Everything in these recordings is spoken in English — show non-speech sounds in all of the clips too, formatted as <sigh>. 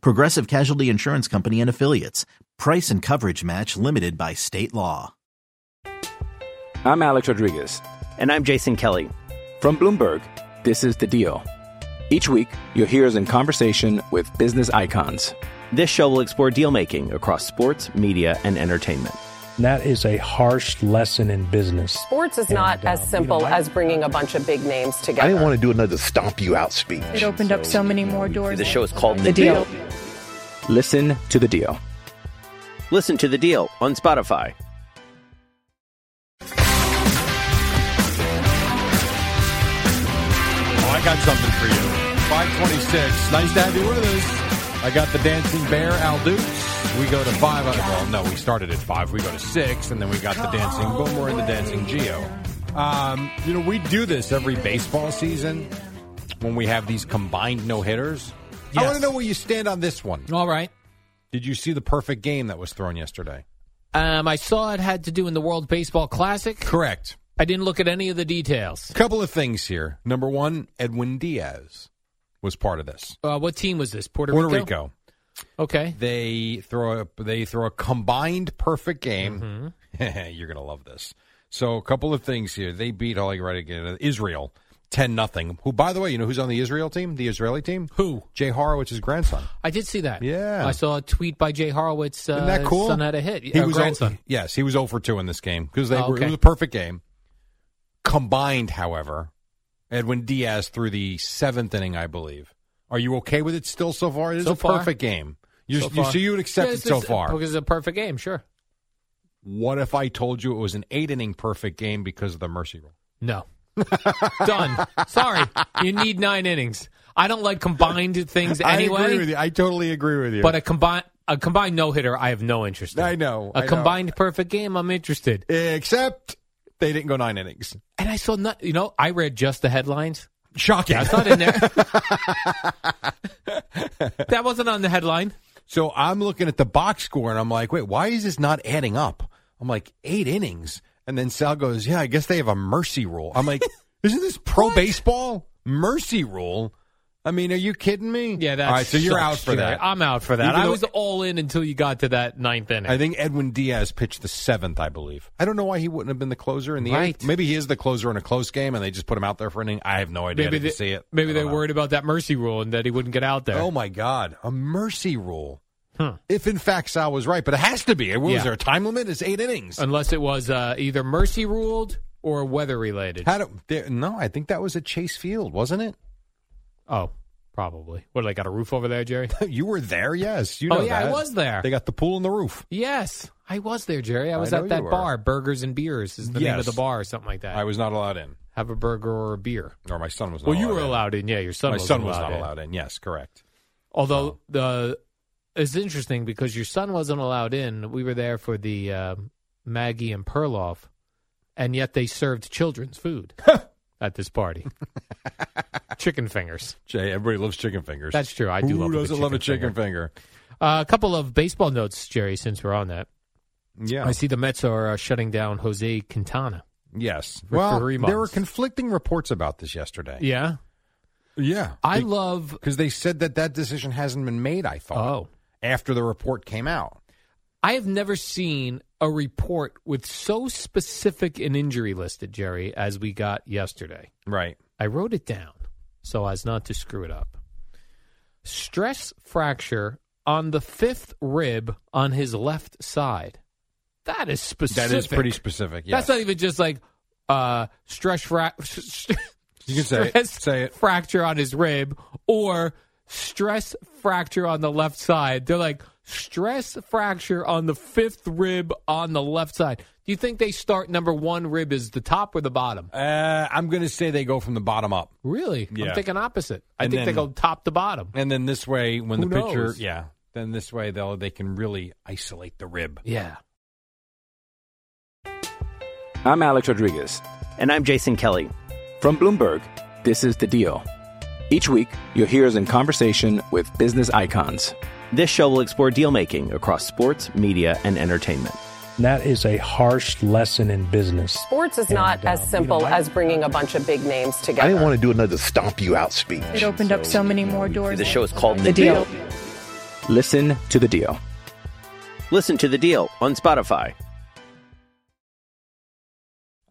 Progressive Casualty Insurance Company and Affiliates. Price and coverage match limited by state law. I'm Alex Rodriguez. And I'm Jason Kelly. From Bloomberg, this is The Deal. Each week, you'll hear us in conversation with business icons. This show will explore deal making across sports, media, and entertainment. That is a harsh lesson in business. Sports is not And, as um, simple you know, I- as bringing a bunch of big names together. I didn't want to do another stomp you out speech. It opened up so many more doors. The show is called The, Deal. Listen to The Deal. Listen to The Deal on Spotify. Oh, I got something for you. 526. Nice to have you with us. I got the Dancing Bear Al Dukes. We go to five. Well, no, we started at five. We go to six, and then we got the Dancing Boomer and the Dancing Geo. Um, you know, we do this every baseball season when we have these combined no hitters. I want to know where you stand on this one. All right. Did you see the perfect game that was thrown yesterday? Um, I saw it had to do in the World Baseball Classic. Correct. I didn't look at any of the details. Couple of things here. Number one, Edwin Diaz was part of this. Uh, what team was this? Puerto, Puerto Rico. Rico. Okay. they throw a they throw a combined perfect game. Mm-hmm. <laughs> You're gonna love this. So a couple of things here. They beat all you right again Israel ten nothing. Who by the way, you know who's on the Israel team? The Israeli team? Who? Jay Horowitz's grandson. I did see that. Yeah. I saw a tweet by Jay Horowitz. Uh, Isn't that cool? Son had a hit. He uh, was grandson. o- yes, he was 0 for two in this game because they Oh, were, it okay. was a perfect game. Combined, however, Edwin Diaz through the seventh inning, I believe. Are you okay with it still so far? It is So a far. perfect game. You So so, you, far. so you would accept Yeah, it it's so just- far Because it's a perfect game, sure. What if I told you it was an eight inning perfect game because of the mercy rule? <laughs> No. Done. Sorry. You need nine innings. I don't like combined things anyway. I agree with you. I totally agree with you. But a combined a combined no hitter, I have no interest. in. I know, A I know. combined perfect game, I'm interested. except they didn't go nine innings. And I saw not. You know, I read just the headlines. Shocking. That's not in there. that wasn't on the headline. so I'm looking at the box score and I'm like, wait, why is this not adding up? I'm like, eight innings. And then Sal goes, yeah, I guess they have a mercy rule. <laughs> I'm like, isn't this pro baseball? Mercy rule? I mean, are you kidding me? Yeah, that's All right, so you're out for that. I'm out for that. Even I though- was all in until you got to that ninth inning. I think Edwin Diaz pitched the seventh, I believe. I don't know why he wouldn't have been the closer in the Right. eighth. Maybe he is the closer in a close game, and they just put him out there for an inning. I have no idea. I maybe didn't they, see it. maybe I they're don't know. worried about that mercy rule and that he wouldn't get out there. Oh my God, a mercy rule. Huh. If in fact Sal was right, but it has to be. What Yeah. Was there a time limit? It's eight innings. Unless it was uh, either mercy ruled or weather related. How do, there, no, I think that was at Chase Field, wasn't it? <laughs> oh, probably. What? I got a roof over there, Jerry? You were there, yes. You Oh, know yeah, I that. was there. They got the pool and the roof. yes, I was there, Jerry. I I was know at that you were. bar, Burgers and Beers is the name Yes. of the bar, or something like that. I was not allowed in, Have a burger or a beer. or my son was. Not Well, you were in. allowed in. Yeah, your son. my was son allowed was not in. allowed in. Yes, correct. Although the it's interesting because your son wasn't allowed in. We were there for the um Maggie and Perloff, and yet they served children's food <laughs> at this party. <laughs> chicken fingers. Jay, everybody loves chicken fingers. That's true. I do Who love a good doesn't love a chicken chicken finger? Uh, a couple of baseball notes, Jerry. Since we're on that, Yeah. I see the Mets are uh, shutting down Jose Quintana. Yes. For Well, three there were months. conflicting reports about this yesterday. Yeah, Yeah. I love. because they said that that decision hasn't been made. I thought Oh, after the report came out. I have never seen a report with so specific an injury listed, Jerry, as we got yesterday. Right. I wrote it down so as not to screw it up. Stress fracture on the fifth rib on his left side. That is specific. That is pretty specific. Yes. That's not even just like uh, stress fra- <laughs> You can say it. stress Say it. fracture on his rib or stress fracture on the left side. They're like stress fracture on the fifth rib on the left side. Do you think they start number one rib is the top or the bottom? Uh, I'm going to say they go from the bottom up, Really? Yeah. I'm thinking opposite. I And think they then- go top to bottom. and then this way, when Who the pitcher, knows? yeah, Then this way, though, they can really isolate the rib. Yeah. I'm Alex Rodriguez. And I'm Jason Kelly. From Bloomberg, this is The Deal. Each week, you'll hear us in conversation with business icons. This show will explore deal making across sports, media, and entertainment. And that is a harsh lesson in business. Sports is not And, uh, as simple you know, I- as bringing a bunch of big names together. I didn't want to do another stomp you out speech. It opened up so many more doors. The show is called The, Deal. Listen to The Deal. Listen to The Deal on Spotify.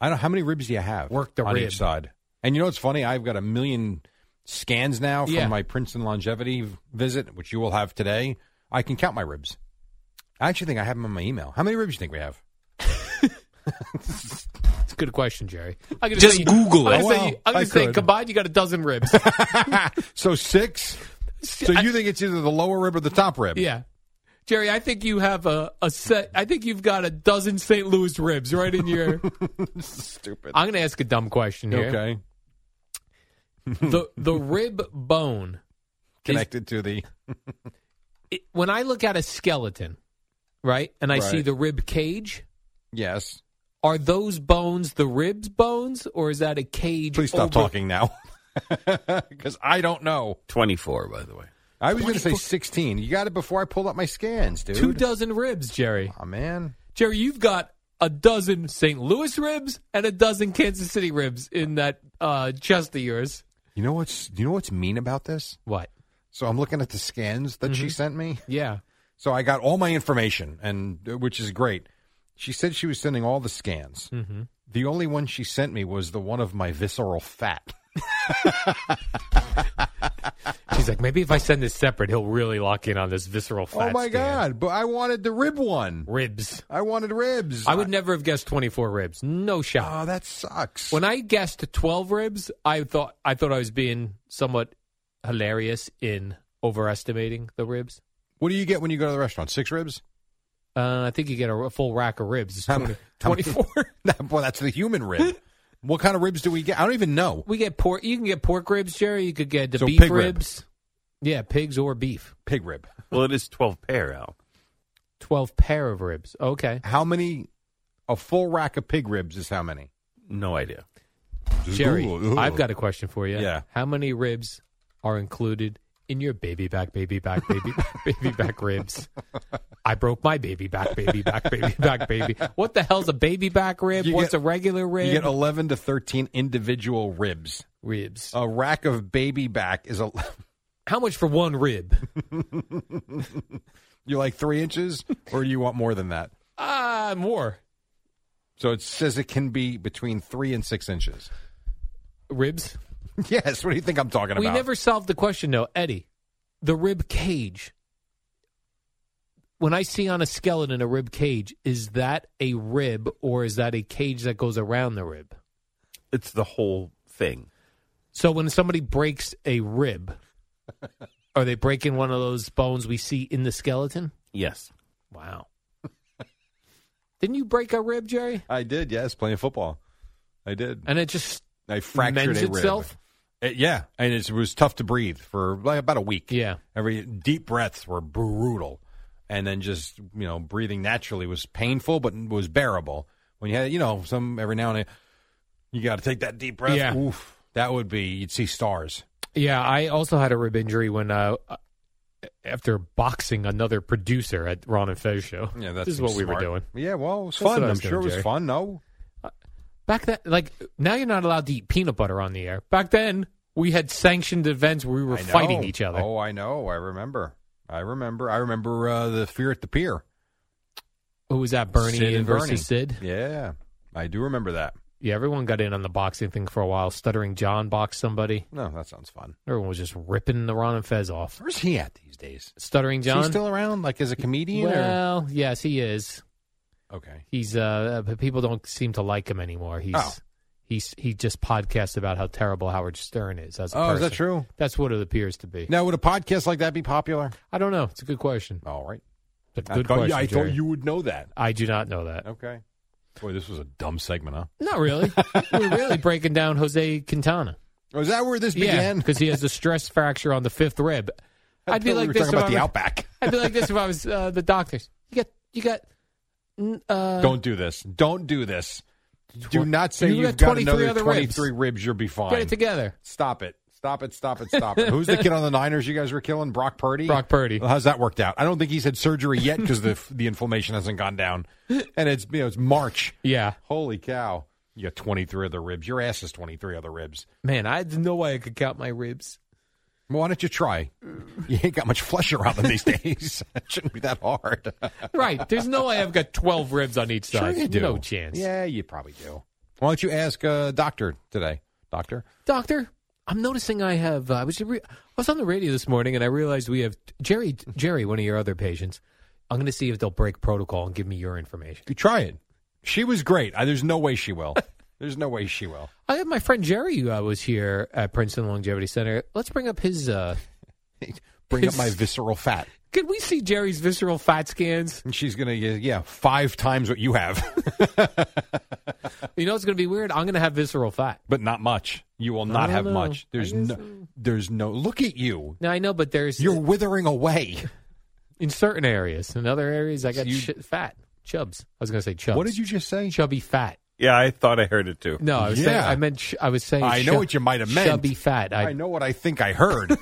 I don't. How many ribs do you have? Work the on rib. each side. And you know what's funny? I've got a million scans now from Yeah. my Princeton longevity v- visit, which you will have today. I can count my ribs. I actually think I have them on my email. How many ribs do you think we have? It's a good question, Jerry. I could Just say- Google I'm gonna it. say, Well, I'm I gonna say could. combined, you got a dozen <laughs> ribs. <laughs> so six. So I- you think it's either the lower rib or the top rib? yeah. Jerry, I think you have a, a set. I think you've got a dozen St. Louis ribs right in your. <laughs> Stupid. I'm going to ask a dumb question here. Okay. <laughs> The the rib bone. Connected to the It, when I look at a skeleton, right, and I see Right. the rib cage, yes. are those bones the ribs bones, or is that a cage? Please stop over- talking now, <laughs> because I don't know. 24, by the way. I was going to say sixteen. You got it before I pulled up my scans, dude. Two dozen ribs, Jerry. Aw, man. Jerry, you've got a dozen St. Louis ribs and a dozen Kansas City ribs in that uh, chest of yours. You know what's you know what's mean about this? What? So I'm looking at the scans that she sent me. Yeah. So I got all my information, and uh, which is great. She said she was sending all the scans. Mm-hmm. The only one she sent me was the one of my visceral fat. <laughs> She's like, maybe if I send this separate, he'll really lock in on this visceral fat. oh my scan. god! But I wanted the rib one. Ribs. I wanted ribs. I would never have guessed 24 ribs. No shot. Oh, that sucks. when I guessed 12 ribs, I thought I thought I was being somewhat hilarious in overestimating the ribs. what do you get when you go to the restaurant? Six ribs. <laughs> Uh, I think you get a, a full rack of ribs. It's How 20 many- how many- 24. <laughs> well, that's the human <laughs> rib. what kind of ribs do we get? I don't even know. we get pork. You can get pork ribs, Jerry. You could get the So beef pig rib. ribs. Yeah, pigs or beef. Pig rib. Well, it is 12 pair, Al. 12 pair of ribs. Okay. How many? A full rack of pig ribs is how many? No idea. Jerry, Ooh, ooh. I've got a question for you. Yeah. How many ribs are included in your baby back, baby back, baby <laughs> back, baby back ribs? I broke my baby back, baby back, baby back, baby. What the hell's a baby back rib? You What's get- a regular rib? You get 11 to 13 individual ribs. ribs. A rack of baby back is a. <laughs> How much for one rib? You like three inches, or do you want more than that? Ah, more. So it says it can be between three and six inches. <laughs> Ribs? Yes. What do you think I'm talking We about? never solved the question, though, Eddie. The rib cage. When I see on a skeleton a rib cage, is that a rib or is that a cage that goes around the rib? It's the whole thing. So when somebody breaks a rib, <laughs> are they breaking one of those bones we see in the skeleton? Yes. <laughs> Wow. Didn't you break a rib, Jerry? I did. Yes, playing football. I did. And it just I fractured mends a rib. itself? Uh, yeah, and it was tough to breathe for like about a week. Yeah. every deep breaths were brutal, and then just you know breathing naturally was painful, but was bearable. When you had you know some every now and then, you got to take that deep breath. Yeah. Oof, that would be you'd see stars. Yeah, I also had a rib injury when uh, after boxing another producer at Ron and Fez show. Yeah, this is what we were doing. Yeah, well, it was That's what fun. I I'm was sure doing, it was Jerry. fun. No, Back then, like now, you're not allowed to eat peanut butter on the air. Back then, we had sanctioned events where we were I know. fighting each other. Oh, I know. I remember. I remember. I remember uh, the fear at the pier. Who was that? Bernie Sid and versus Bernie. Sid. Yeah, I do remember that. Yeah, everyone got in on the boxing thing for a while. Stuttering John boxed somebody. No, that sounds fun. Everyone was just ripping the Ron and Fez off. Where's he at these days? Stuttering Is he John. still around, like as a comedian? well, yes, he is. or? okay. He's uh, but people don't seem to like him anymore. He's Oh. he's he just podcasts about how terrible Howard Stern is as a Oh, is person. that true? That's what it appears to be. Now, would a podcast like that be popular? I don't know. It's a good question. All right. It's a I good thought, question. I Jerry. thought you would know that. I do not know that. Okay. Boy, this was a dumb segment, huh? Not <laughs> really. We're really breaking down Jose Quintana. Oh, is that where this Yeah, began? <laughs> because he has a stress fracture on the fifth rib. I'd be thought like we were this talking about if the I were- Outback. <laughs> I'd be like this if I was uh, the doctors. You got you got. n- Uh, <laughs> Don't do this. Don't do this. Do not say You you have got got 23 another other ribs. 23 ribs. You'll be fine. get it together. Stop it. Stop it. Stop it. Stop it. Who's the kid on the Niners you guys were killing? Brock Purdy? Brock Purdy. Well, how's that worked out? I don't think he's had surgery yet because the, <laughs> the inflammation hasn't gone down. And it's, you know, it's March. Yeah, Holy cow. You got 23 other ribs. Your ass is 23 other ribs. man, I had no way I could count my ribs. Well, why don't you try? You ain't got much flesh around them these <laughs> days. it shouldn't be that hard. Right? There's no way I've got twelve ribs on each side. No chance. Yeah, you probably do. Why don't you ask a doctor today? Doctor? Doctor, I'm noticing I have. Uh, I was re- I was on the radio this morning and I realized we have Jerry Jerry, one of your other patients. I'm going to see if they'll break protocol and give me your information. You try it. She was great. I, there's no way she will. <laughs> there's no way she will. I had my friend Jerry uh, was here at Princeton Longevity Center. Let's bring up his. Uh, Bring up my visceral fat. could we see Jerry's visceral fat scans? And she's going to get, yeah, five times what you have, <laughs> You know, it's going to be weird. I'm going to have visceral fat. but not much. You will I not don't have know. much. There's I guess no, there's no, look at you. Now I know, but there's You're withering away. in certain areas. In other areas, I got You- sh- fat chubs. I was going to say chubs. What did you just say? Chubby fat. Yeah, I thought I heard it too. No, I was saying. Yeah. I meant. Sh- I was saying. I know shu- what you might have meant. Chubby fat. I know what I think <laughs> I heard. You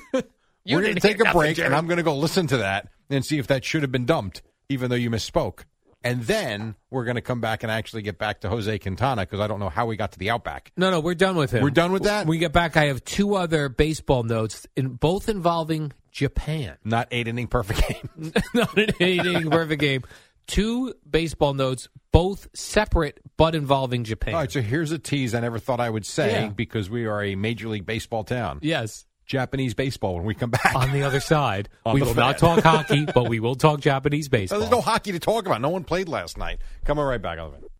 We're going to didn't take hear a nothing, break, Jerry. and I'm going to go listen to that and see if that should have been dumped, even though you misspoke. And then we're going to come back and actually get back to Jose Quintana because I don't know how we got to the Outback. No, no, we're done with him. We're done with that? When we get back, I have two other baseball notes, in both involving Japan. <laughs> Not eight inning perfect <laughs> game. Not an eight-inning perfect game. Two baseball notes, both separate but involving Japan. All right, so here's a tease I never thought I would say Yeah. because we are a Major League Baseball town. yes. Japanese baseball when we come back. On the <laughs> other side, On we the will fan. not talk <laughs> hockey, but we will talk Japanese baseball. There's no hockey to talk about. No one played last night. Coming right back. I'll be back.